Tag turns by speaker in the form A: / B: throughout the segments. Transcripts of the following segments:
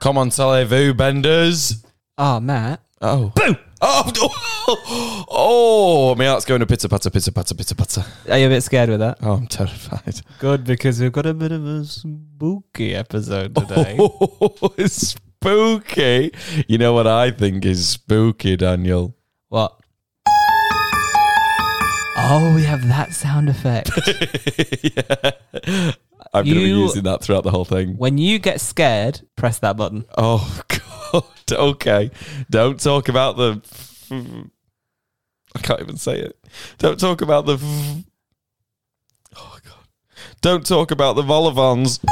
A: Come on, savez-vous, benders?
B: Ah, Matt.
A: Oh. Boo! Oh, oh, oh, my heart's going to pitter patter, pitter patter, pitter patter.
B: Are you a bit scared with that?
A: Oh, I'm terrified.
B: Good, because we've got a bit of a spooky episode today.
A: it's spooky. You know what I think is spooky, Daniel?
B: What? Oh, we have that sound effect.
A: yeah. I'm going to be
B: You-
A: using that throughout the whole thing.
B: when you get scared, press that button.
A: Oh, God. Okay. Don't talk about the. I can't even say it. Don't talk about the. Oh, God. Don't talk about the Volivans.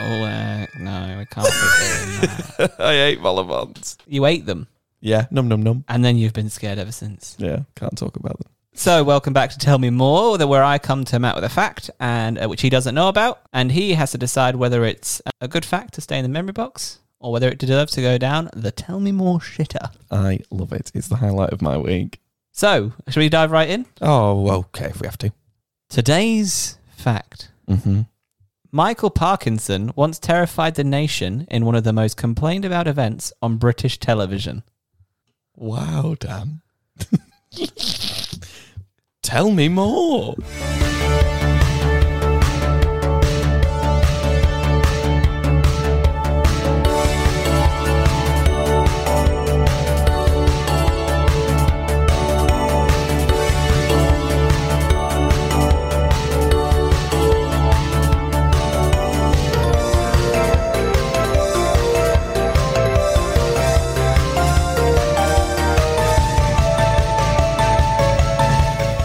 B: Oh, uh, no, we can't be doing that.
A: I hate Volivans.
B: You ate them,
A: Yeah. Num, num, num.
B: and then you've been scared ever since.
A: Yeah. Can't talk about them.
B: So, welcome back to Tell Me More, the- where I come to Matt with a fact, and uh, which he doesn't know about, and he has to decide whether it's a good fact to stay in the memory box or whether it deserves to go down the Tell Me More shitter.
A: I love it. It's the highlight of my week.
B: So, shall we dive right in?
A: Oh, okay, if we have to.
B: Today's fact:
A: Mm-hmm.
B: Michael Parkinson once terrified the nation in one of the most complained about events on British television.
A: Wow, damn. Tell me more.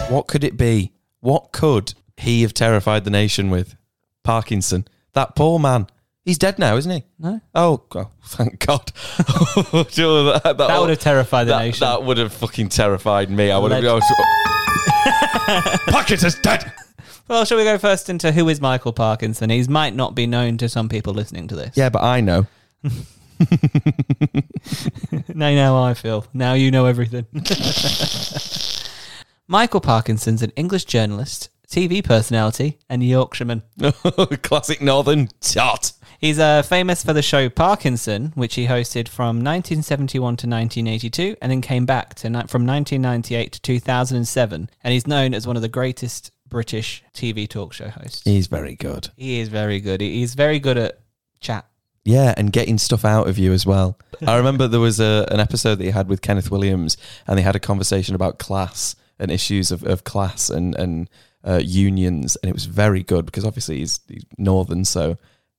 A: What could it be? What could he have terrified the nation with? Parkinson. That poor man. He's dead now, isn't he?
B: No,
A: Oh, oh thank God. Sure, that, that-
B: that would have terrified the
A: Oh, that-
B: nation.
A: that would have fucking terrified me. I would have
B: Alleged.
A: gone. Parkinson's dead.
B: Well, shall we go first into who is Michael Parkinson? He might not be known to some people listening to this.
A: Yeah, but I know.
B: now you know how I feel. Now you know everything. Michael Parkinson's an English journalist, TV personality, and Yorkshireman.
A: Classic Northern tot.
B: He's uh, famous for the show Parkinson, which he hosted from 1971 to 1982, and then came back to ni- from 1998 to 2007. And he's known as one of the greatest British TV talk show hosts.
A: He's very good.
B: He is very good. He- He's very good at chat.
A: Yeah, and getting stuff out of you as well. I remember there was a, an episode that he had with Kenneth Williams, and they had a conversation about class and issues of, of class and and uh, unions, and it was very good because obviously he's, he's northern, so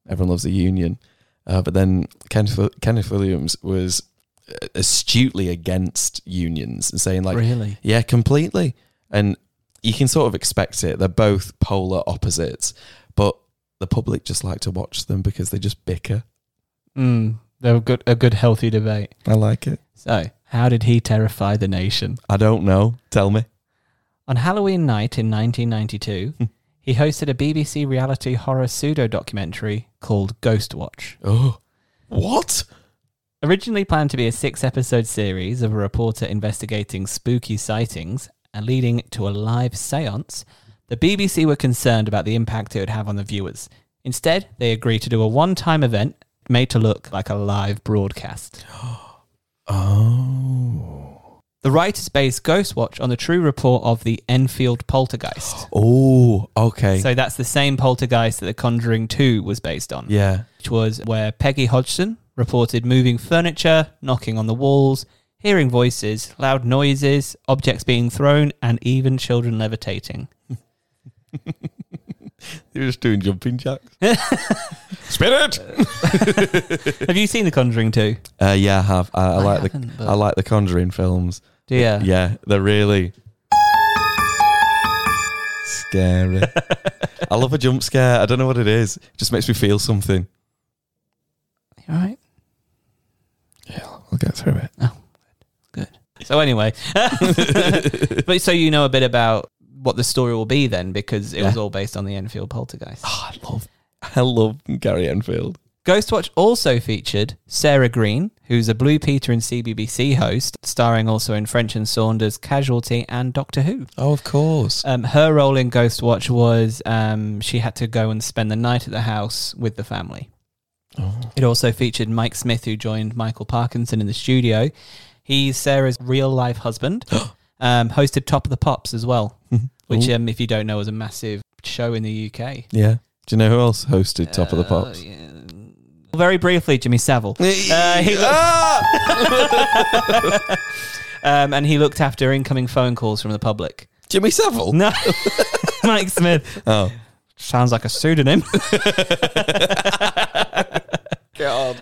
A: everyone loves a union. Uh, but then Kenneth Wi- Kenneth Williams was uh, astutely against unions and saying like,
B: really?
A: Yeah, completely. And you can sort of expect it. They're both polar opposites, but the public just like to watch them because they just bicker.
B: Mm, they're a good, a good healthy debate.
A: I like it.
B: So, how did he terrify the nation?
A: I don't know. Tell me.
B: On Halloween night in 1992, he hosted a BBC reality horror pseudo documentary called Ghost Watch.
A: Oh, what?
B: Originally planned to be a six episode series of a reporter investigating spooky sightings and leading to a live seance, the BBC were concerned about the impact it would have on the viewers. Instead, they agreed to do a one time event made to look like a live broadcast.
A: Oh.
B: The writers based Ghost Watch on the true report of the Enfield poltergeist.
A: Oh, okay.
B: So that's the same poltergeist that The Conjuring 2 was based on,
A: yeah.
B: which was where Peggy Hodgson reported moving furniture, knocking on the walls, hearing voices, loud noises, objects being thrown, and even children levitating.
A: You're just doing jumping jacks. Spin it.
B: Have you seen The Conjuring 2?
A: Uh, yeah, I have. I, I,
B: I
A: like the
B: haven't, but-
A: I like the Conjuring films.
B: Do you?
A: Yeah, they're really scary. I love a jump scare. I don't know what it is. It just makes me feel something.
B: You all right?
A: Yeah, I'll get through it.
B: So anyway, but so you know a bit about what the story will be then, because it
A: Yeah.
B: was all based on the Enfield poltergeist.
A: Oh, I love, I love Gary Enfield.
B: Ghostwatch also featured Sarah Green, who's a Blue Peter and CBBC host, starring also in French and Saunders, Casualty, and Doctor Who.
A: Oh, of course.
B: Um, her role in Ghostwatch was um, she had to go and spend the night at the house with the family.
A: Oh.
B: It also featured Mike Smith, who joined Michael Parkinson in the studio. He's Sarah's real life husband. um, hosted Top of the Pops as well, which,
A: Ooh.
B: um, if you don't know, was a massive show in the UK.
A: Yeah. Do you know who else hosted Top of the
B: Uh,
A: Pops?
B: yeah. Very briefly, Jimmy Savile. Uh, he-
A: Ah!
B: um, and he looked after incoming phone calls from the public.
A: Jimmy Savile.
B: No, Mike Smith.
A: Oh.
B: Sounds like a pseudonym.
A: God.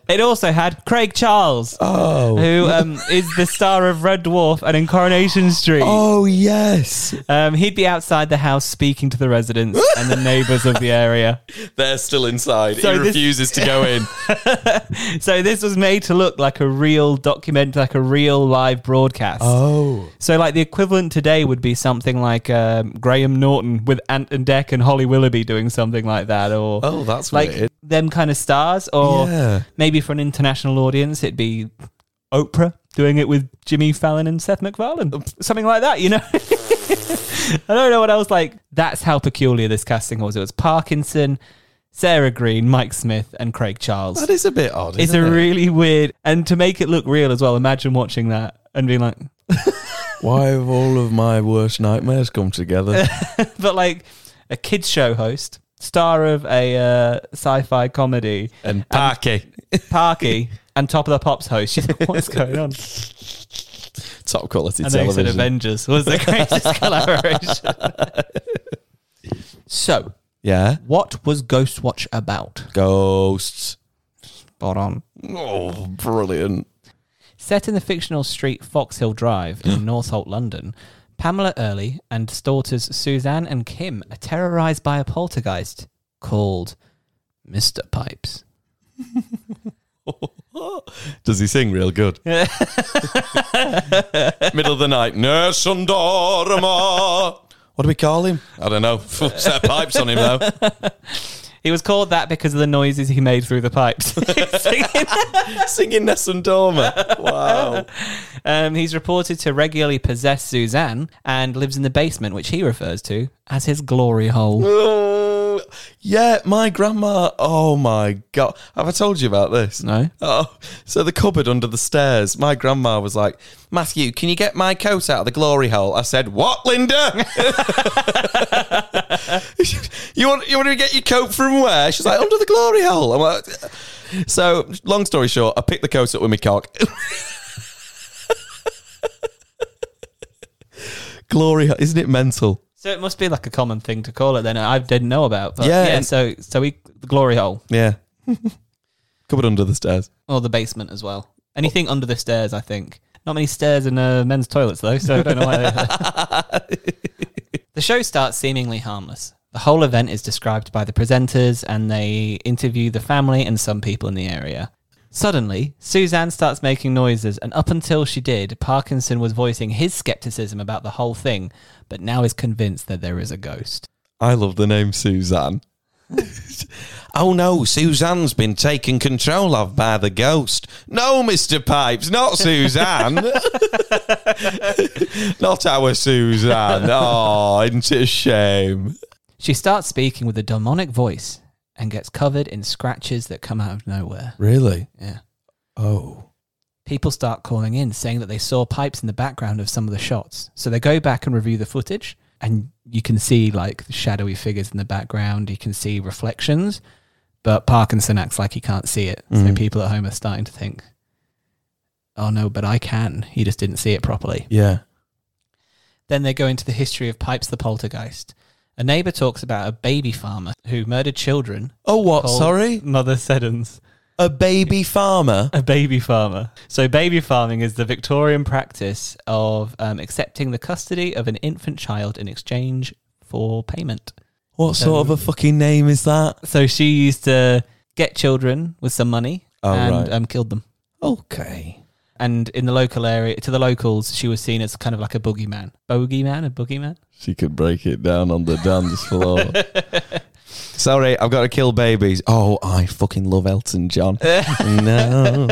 B: It also had Craig Charles,
A: Oh.
B: who um, is the star of Red Dwarf and in Coronation Street.
A: Oh yes.
B: Um, he'd be outside the house speaking to the residents and the neighbours of the area.
A: They're still inside.
B: So
A: he
B: this-
A: refuses to go in.
B: So this was made to look like a real document, like a real live broadcast.
A: oh.
B: So like the equivalent today would be something like um, Graham Norton with Ant and Deck and Holly Willoughby doing something like that, or
A: Oh, that's
B: like oh.
A: weird.
B: them kind of stars, or
A: Yeah.
B: maybe for an international audience it'd be Oprah doing it with Jimmy Fallon and Seth MacFarlane, something like that. You know, I don't know what else. Like that's how peculiar this casting was. It was Parkinson, Sarah Green, Mike Smith, and Craig Charles.
A: That is a bit odd.
B: It's
A: Isn't
B: a
A: it?
B: really weird, and to make it look real as well. Imagine watching that and being like,
A: Why have all of my worst nightmares come together?
B: but like a kids show host, star of a uh, sci-fi comedy,
A: and
B: Ah,
A: Parky.
B: Parky, and Top of the Pops host. She's like, What's going on?
A: Top quality
B: And they said
A: television.
B: Avengers was the greatest collaboration. so,
A: yeah.
B: what was Ghost Watch about?
A: Ghosts.
B: Spot on.
A: Oh, brilliant.
B: Set in the fictional street Foxhill Drive in Northolt, London, Pamela Early and daughters Suzanne and Kim are terrorized by a poltergeist called Mr. Pipes.
A: Does he sing real good? Middle of the night. Nurse and Dorma. What do we call him? I don't know. Set pipes on him though.
B: He was called that because of the noises he made through the pipes.
A: Singing Ness and Dorma. Wow.
B: um, he's reported to regularly possess Suzanne and lives in the basement, which he refers to as his glory hole.
A: Oh, yeah, my grandma. Oh my god. Have I told you about this?
B: No.
A: Oh, so the cupboard under the stairs. My grandma was like, Matthew, can you get my coat out of the glory hole? I said, What, Linda? you want you want to get your coat from where? She's like, Under the glory hole. I'm like, so long story short, I picked the coat up with my cock. glory hole, isn't it mental?
B: So it must be like a common thing to call it then. I didn't know about. But yeah.
A: Yeah.
B: so so he the glory hole
A: Yeah, cupboard under the stairs.
B: or the basement as well. Anything under the stairs, I think. Not many stairs in uh, men's toilets though, so I don't know why. They the show starts seemingly harmless. The whole event is described by the presenters, and they interview the family and some people in the area. Suddenly, Suzanne starts making noises, and up until she did, Parkinson was voicing his skepticism about the whole thing, but now is convinced that there is a ghost.
A: I love the name Suzanne. oh no, Suzanne's been taken control of by the ghost. No, Mr. Pipes, not Suzanne. not our Suzanne. Oh, isn't it a shame?
B: She starts speaking with a demonic voice and gets covered in scratches that come out of nowhere.
A: Really?
B: Yeah.
A: Oh.
B: People start calling in saying that they saw pipes in the background of some of the shots. So they go back and review the footage and you can see like the shadowy figures in the background, you can see reflections, but Parkinson acts like he can't see it. So people at home are starting to think, "Oh no, but I can." He just didn't see it properly.
A: Yeah.
B: Then they go into the history of Pipes the Poltergeist. A neighbor talks about a baby farmer who murdered children
A: Oh, what?
B: called
A: Sorry?
B: Mother Seddon's
A: A baby farmer?
B: a baby farmer. So, baby farming is the Victorian practice of um, accepting the custody of an infant child in exchange for payment.
A: What sort of a fucking name is that?
B: So, she used to get children with some money
A: Oh,
B: and
A: right.
B: um, killed them.
A: Okay.
B: And in the local area, to the locals, she was seen as kind of like a boogeyman. Bogeyman? A boogeyman?
A: She could break it down on the dance floor. Sorry, I've got to kill babies. Oh, I fucking love Elton John. no.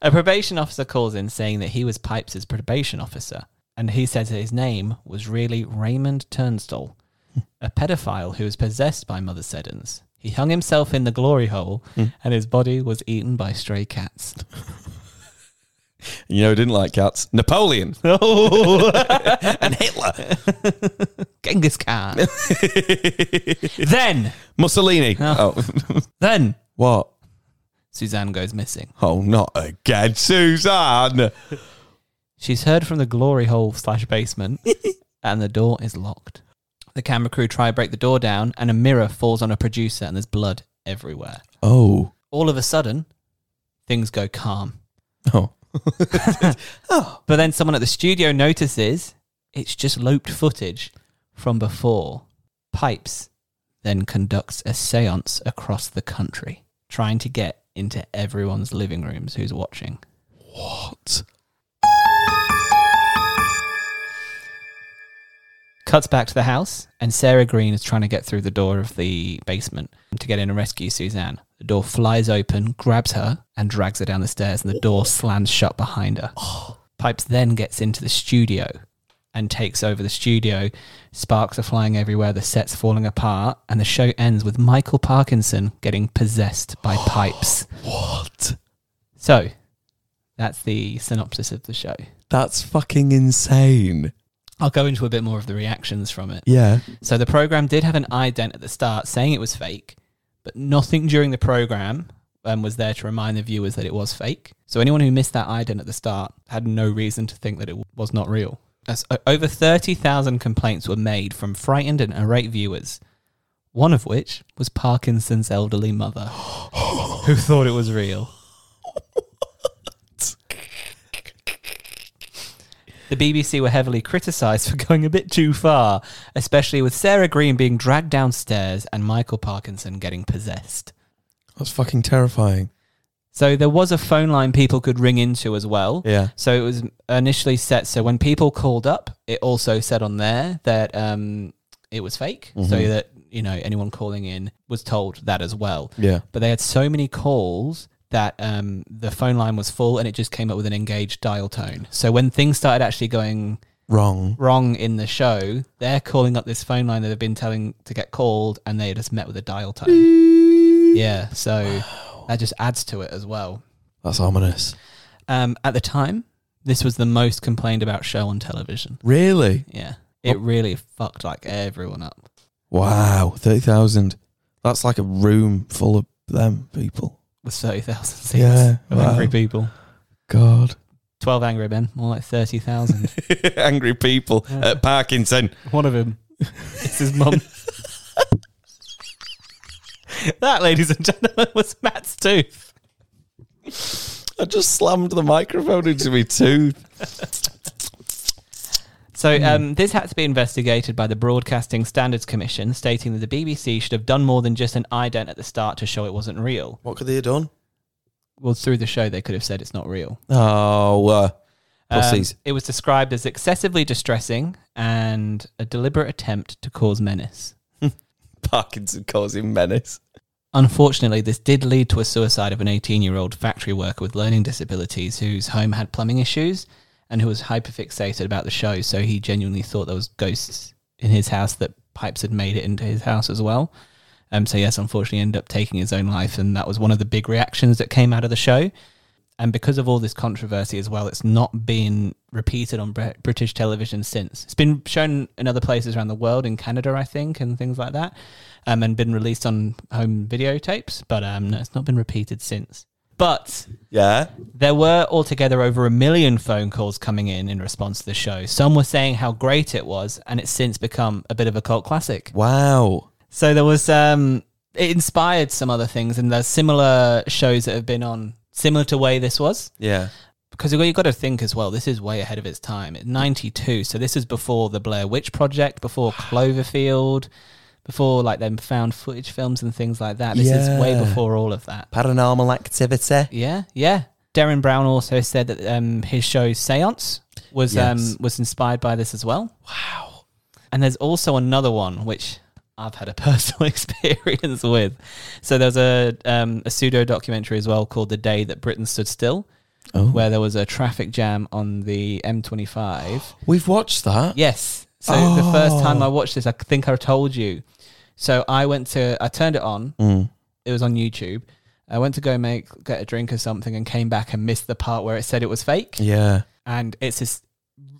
B: A probation officer calls in saying that he was Pipes' probation officer, and he says that his name was really Raymond Turnstall, a pedophile who was possessed by Mother Seddon's. He hung himself in the glory hole,
A: Hmm.
B: and his body was eaten by stray cats.
A: You know, who didn't like cats. Napoleon
B: Oh,
A: and Hitler,
B: Genghis Khan. then,
A: Mussolini.
B: Oh.
A: oh.
B: then
A: what?
B: Suzanne goes missing.
A: Oh, not again, Suzanne.
B: She's heard from the glory hole slash basement, and the door is locked. The camera crew try break the door down, and a mirror falls on a producer, and there's blood everywhere.
A: Oh.
B: All of a sudden, things go calm.
A: Oh.
B: But then someone at the studio notices it's just looped footage from before. Pipes then conducts a seance across the country, trying to get into everyone's living rooms who's watching.
A: What?
B: Cuts back to the house, and Sarah Green is trying to get through the door of the basement to get in and rescue Suzanne. The door flies open, grabs her, and drags her down the stairs, and the door slams shut behind her. Pipes then gets into the studio and takes over the studio. Sparks are flying everywhere, the set's falling apart, and the show ends with Michael Parkinson getting possessed by Pipes.
A: What?
B: So, that's the synopsis of the show.
A: That's fucking insane.
B: I'll go into a bit more of the reactions from it.
A: Yeah.
B: So the program did have an ident at the start saying it was fake, but nothing during the program um, was there to remind the viewers that it was fake. So anyone who missed that ident at the start had no reason to think that it w- was not real. As o- over 30,000 complaints were made from frightened and irate viewers, one of which was Parkinson's elderly mother, who thought it was real. The BBC were heavily criticised for going a bit too far, especially with Sarah Green being dragged downstairs and Michael Parkinson getting possessed.
A: That's fucking terrifying.
B: So there was a phone line people could ring into as well.
A: Yeah.
B: So it was initially set so when people called up, it also said on there that um, it was fake, so
A: Mhm.
B: that you know anyone calling in was told that as well.
A: Yeah.
B: But they had so many calls that um, the phone line was full, and it just came up with an engaged dial tone. So when things started actually going
A: Wrong.
B: wrong in the show, they're calling up this phone line that they've been telling to get called, and they just met with a dial
A: Mm.
B: tone. yeah, so that just adds to it as well.
A: That's ominous.
B: Um, at the time, this was the most complained about show on television.
A: Really?
B: Yeah, it really fucked like everyone up.
A: Wow. 30,000. That's like a room full of them people.
B: With thirty thousand seats
A: Yeah,
B: of
A: wow.
B: angry people,
A: God.
B: twelve angry men, more like thirty thousand.
A: Angry people at Parkinson.
B: One of them, it's his mum. that, ladies and gentlemen, was Matt's tooth.
A: I just slammed the microphone into me tooth.
B: So um, this had to be investigated by the Broadcasting Standards Commission, stating that the BBC should have done more than just an ident at the start to show it wasn't real.
A: What could they have done?
B: Well, through the show, they could have said it's not real.
A: Oh, uh,
B: Um,
A: pussies.
B: it was described as excessively distressing and a deliberate attempt to cause menace.
A: Parkinson causing menace.
B: Unfortunately, this did lead to a suicide of an 18 year old factory worker with learning disabilities whose home had plumbing issues and who was hyperfixated about the show. So he genuinely thought there was ghosts in his house that pipes had made it into his house as well. Um, so yes, unfortunately, ended up taking his own life, and that was one of the big reactions that came out of the show. And because of all this controversy as well, it's not been repeated on Brit- British television since. It's been shown in other places around the world, in Canada, I think, and things like that, um, and been released on home videotapes. But um, no, it's not been repeated since. But
A: Yeah.
B: there were altogether over a million phone calls coming in in response to the show. Some were saying how great it was, and it's since become a bit of a cult classic.
A: Wow.
B: So there was um it inspired some other things and there's similar shows that have been on similar to way this was
A: Yeah.
B: because you've got to think as well this is way ahead of its time at 92 so this is before the blair witch project before cloverfield before like them found footage films and things like that this is way
A: Yeah.
B: before all of that
A: Paranormal activity.
B: yeah yeah darren brown also said that um, his show seance was
A: Yes.
B: um, was inspired by this as well
A: Wow.
B: and there's also another one which I've had a personal experience with. So there's a um, a pseudo documentary as well called "The Day That Britain Stood Still,"
A: Oh.
B: where there was a traffic jam on the M25.
A: We've watched that.
B: Yes. So the first time I watched this, I think I told you. So I went to, I turned it on.
A: Mm.
B: It was on YouTube. I went to go make get a drink or something and came back and missed the part where it said it was fake.
A: Yeah.
B: And it's this,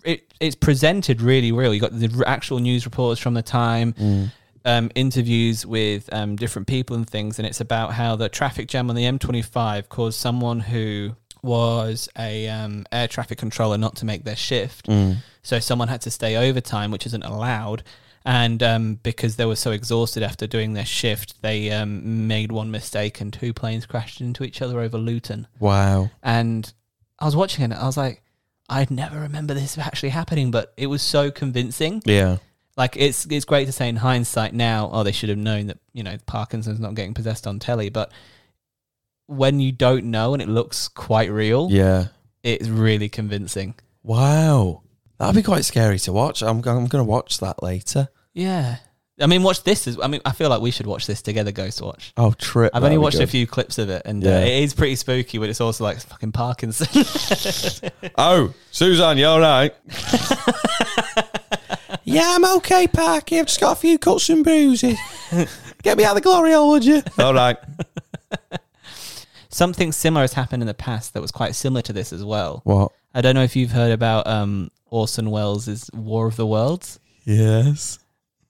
B: it, it's presented really real. You got the r- actual news reporters from the time,
A: Mm.
B: um, interviews with um, different people and things, and it's about how the traffic jam on the M25 caused someone who was a um, air traffic controller not to make their shift.
A: Mm.
B: So someone had to stay overtime, which isn't allowed. And um, because they were so exhausted after doing their shift, they um, made one mistake and two planes crashed into each other over Luton.
A: Wow.
B: And I was watching it and I was like, I'd never remember this actually happening, but it was so convincing.
A: Yeah.
B: Like it's it's great to say in hindsight now, oh, they should have known that you know Parkinson's not getting possessed on telly, but when you don't know and it looks quite real,
A: Yeah.
B: it's really convincing.
A: Wow. That'd be quite scary to watch. I'm, I'm going to watch that later.
B: Yeah. I mean, watch this. Is, I mean, I feel like we should watch this together, Ghost Watch.
A: Oh, trip.
B: I've only watched a few clips of it, and
A: Yeah.
B: uh, it is pretty spooky, but it's also like fucking Parkinson.
A: Oh, Suzanne, you all right? yeah, I'm okay, Parky. I've just got a few cuts and bruises. Get me out of the glory hole, would you? All right.
B: Something similar has happened in the past that was quite similar to this as well.
A: What?
B: I don't know if you've heard about um, Orson Welles' War of the Worlds.
A: Yes.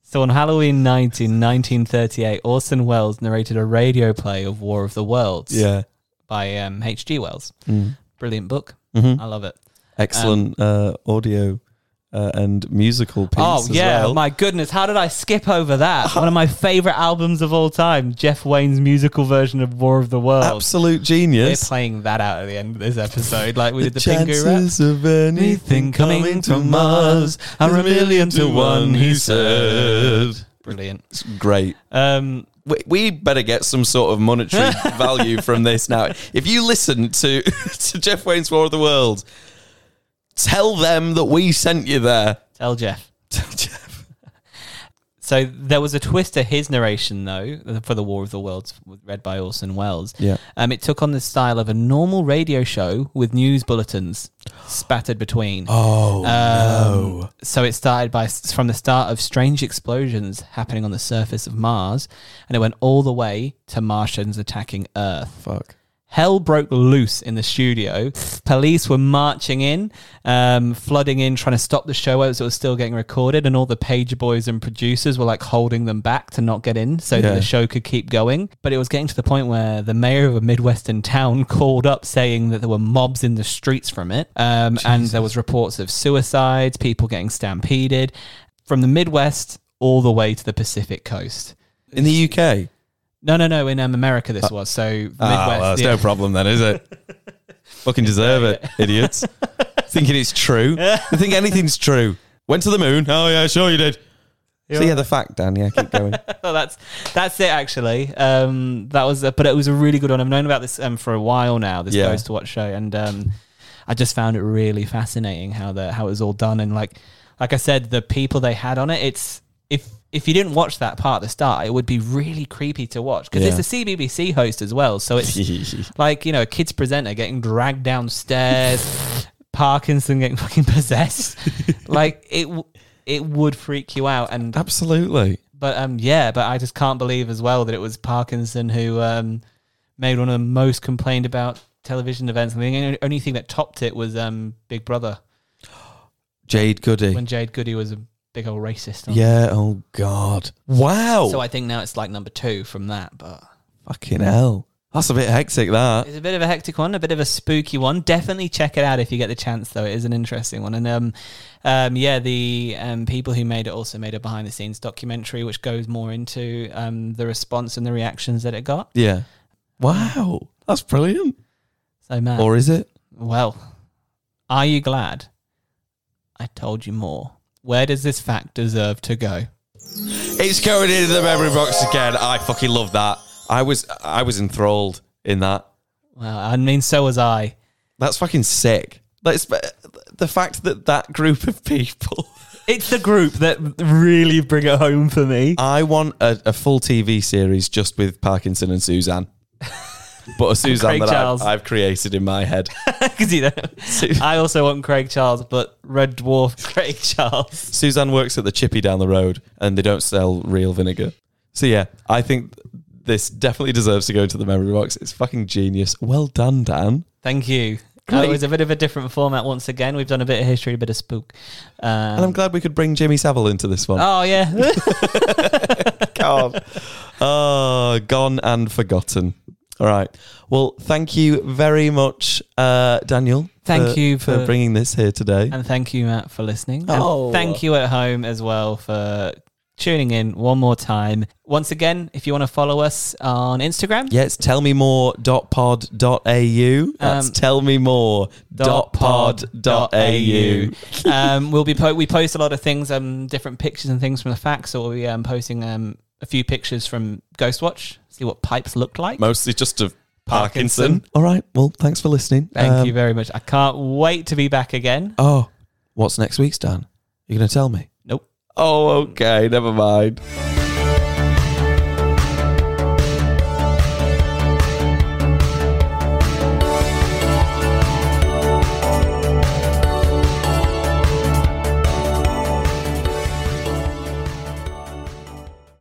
B: So on Halloween 19, 1938, Orson Welles narrated a radio play of War of the Worlds
A: Yeah.
B: by um, H.G. Wells.
A: Mm.
B: Brilliant book.
A: Mhm.
B: I love it.
A: Excellent uh, audio uh, and musical piece.
B: Um, Oh
A: as
B: yeah,
A: well.
B: my goodness! How did I skip over that? One of my favorite albums of all time, Jeff Wayne's musical version of War of the Worlds.
A: absolute
B: We're
A: genius.
B: playing that out at the end of this episode, like we did the Pingu rap.
A: chances of anything coming from Mars are a million to one, he said.
B: Brilliant.
A: It's great.
B: Um,
A: we, we better get some sort of monetary value from this now. If you listen to, to Jeff Wayne's War of the World, tell them that we sent you there.
B: tell Jeff.
A: Tell Jeff.
B: So there was a twist to his narration, though, uh, for the War of the Worlds, read by Orson Welles.
A: Yeah.
B: Um, it took on the style of a normal radio show with news bulletins spattered between.
A: Oh,
B: Um, So it started by from the start of strange explosions happening on the surface of Mars, and it went all the way to Martians attacking Earth.
A: fuck.
B: Hell broke loose in the studio. Police were marching in, um, flooding in, trying to stop the show as it was still getting recorded, and all the page boys and producers were like holding them back to not get in so that
A: Yeah.
B: the show could keep going. But it was getting to the point where the mayor of a Midwestern town called up saying that there were mobs in the streets from it, um, and there was reports of suicides, people getting stampeded from the Midwest all the way to the Pacific coast.
A: In the UK?
B: No, no, no. In um, America,
A: Uh,
B: this was so Midwest.
A: Ah, that's
B: yeah.
A: no problem then, is it? Fucking deserve it, idiots. Thinking it's true. They think anything's true. Went to the moon. Oh, yeah, sure you did. So, yeah, the fact, Dan. Yeah, keep going.
B: Oh, that's that's it actually. Um, that was, a, but it was a really good one. I've known about this um, for a while now. This
A: Yeah.
B: Ghost to Watch show, and um, I just found it really fascinating how the how it was all done. And like like I said, the people they had on it. It's if if you didn't watch that part at the start, it would be really creepy to watch because
A: Yeah.
B: it's a CBBC host as well. So it's like you know a kids presenter getting dragged downstairs, Parkinson getting fucking possessed. like it w- it would freak you out and
A: Absolutely.
B: but um, yeah, but I just can't believe as well that it was Parkinson who um, made one of the most complained about television events. And the only thing that topped it was um, Big Brother
A: Jade Goody.
B: when Jade Goody was a big old racist. on-
A: Yeah. Oh God. Wow.
B: So I think now it's like number two from that, but
A: Fucking hell. That's a bit hectic. That.
B: it's a bit of a hectic one, a bit of a spooky one. Definitely check it out if you get the chance, though. It is an interesting one, and um, um, yeah, the um, people who made it also made a behind the scenes documentary, which goes more into um, the response and the reactions that it got.
A: Yeah. Wow. That's brilliant.
B: So man,
A: Or is it?
B: Well, are you glad I told you more? Where does this fact deserve to go?
A: It's going into the memory box again. I fucking love that. I was I was enthralled in that.
B: Well, I mean, so was I.
A: That's fucking sick. That's the fact that that group of people.
B: It's the group that really bring it home for me.
A: I want a, a full TV series just with Parkinson and Suzanne. But a Suzanne
B: Craig
A: that
B: Charles.
A: I've, I've created in my head.
B: 'Cause, you know, I also want Craig Charles, but Red Dwarf Craig Charles.
A: Suzanne works at the chippy down the road and they don't sell real vinegar. So yeah, I think this definitely deserves to go into the memory box. It's fucking genius. Well done, Dan.
B: Thank you.
A: Great.
B: It was a bit of a different format once again. We've done a bit of history, a bit of spook. Um,
A: And I'm glad we could bring Jimmy Savile into this one.
B: oh yeah,
A: God. Oh, gone and forgotten. All right. Well, thank you very much, uh, Daniel.
B: Thank
A: for-
B: you
A: for
B: for-
A: bringing this here today.
B: and thank you, Matt, for listening. And
A: Oh.
B: thank you at home as well for tuning in one more time. Once again, if you want to follow us on Instagram,
A: Yes, tell me more.pod.au. That's
B: Um,
A: tell me more dot pod dot au.
B: um, we'll be po- we post a lot of things, um, different pictures and things from the facts. So we'll be um, posting um, a few pictures from Ghostwatch. See what pipes looked like.
A: Mostly just of
B: Parkinson.
A: All right. Well, thanks for listening.
B: Thank
A: Um,
B: you very much. I can't wait to be back again.
A: Oh, what's next week's, Dan? You're going to tell me?
B: Nope.
A: Oh, okay. Never mind.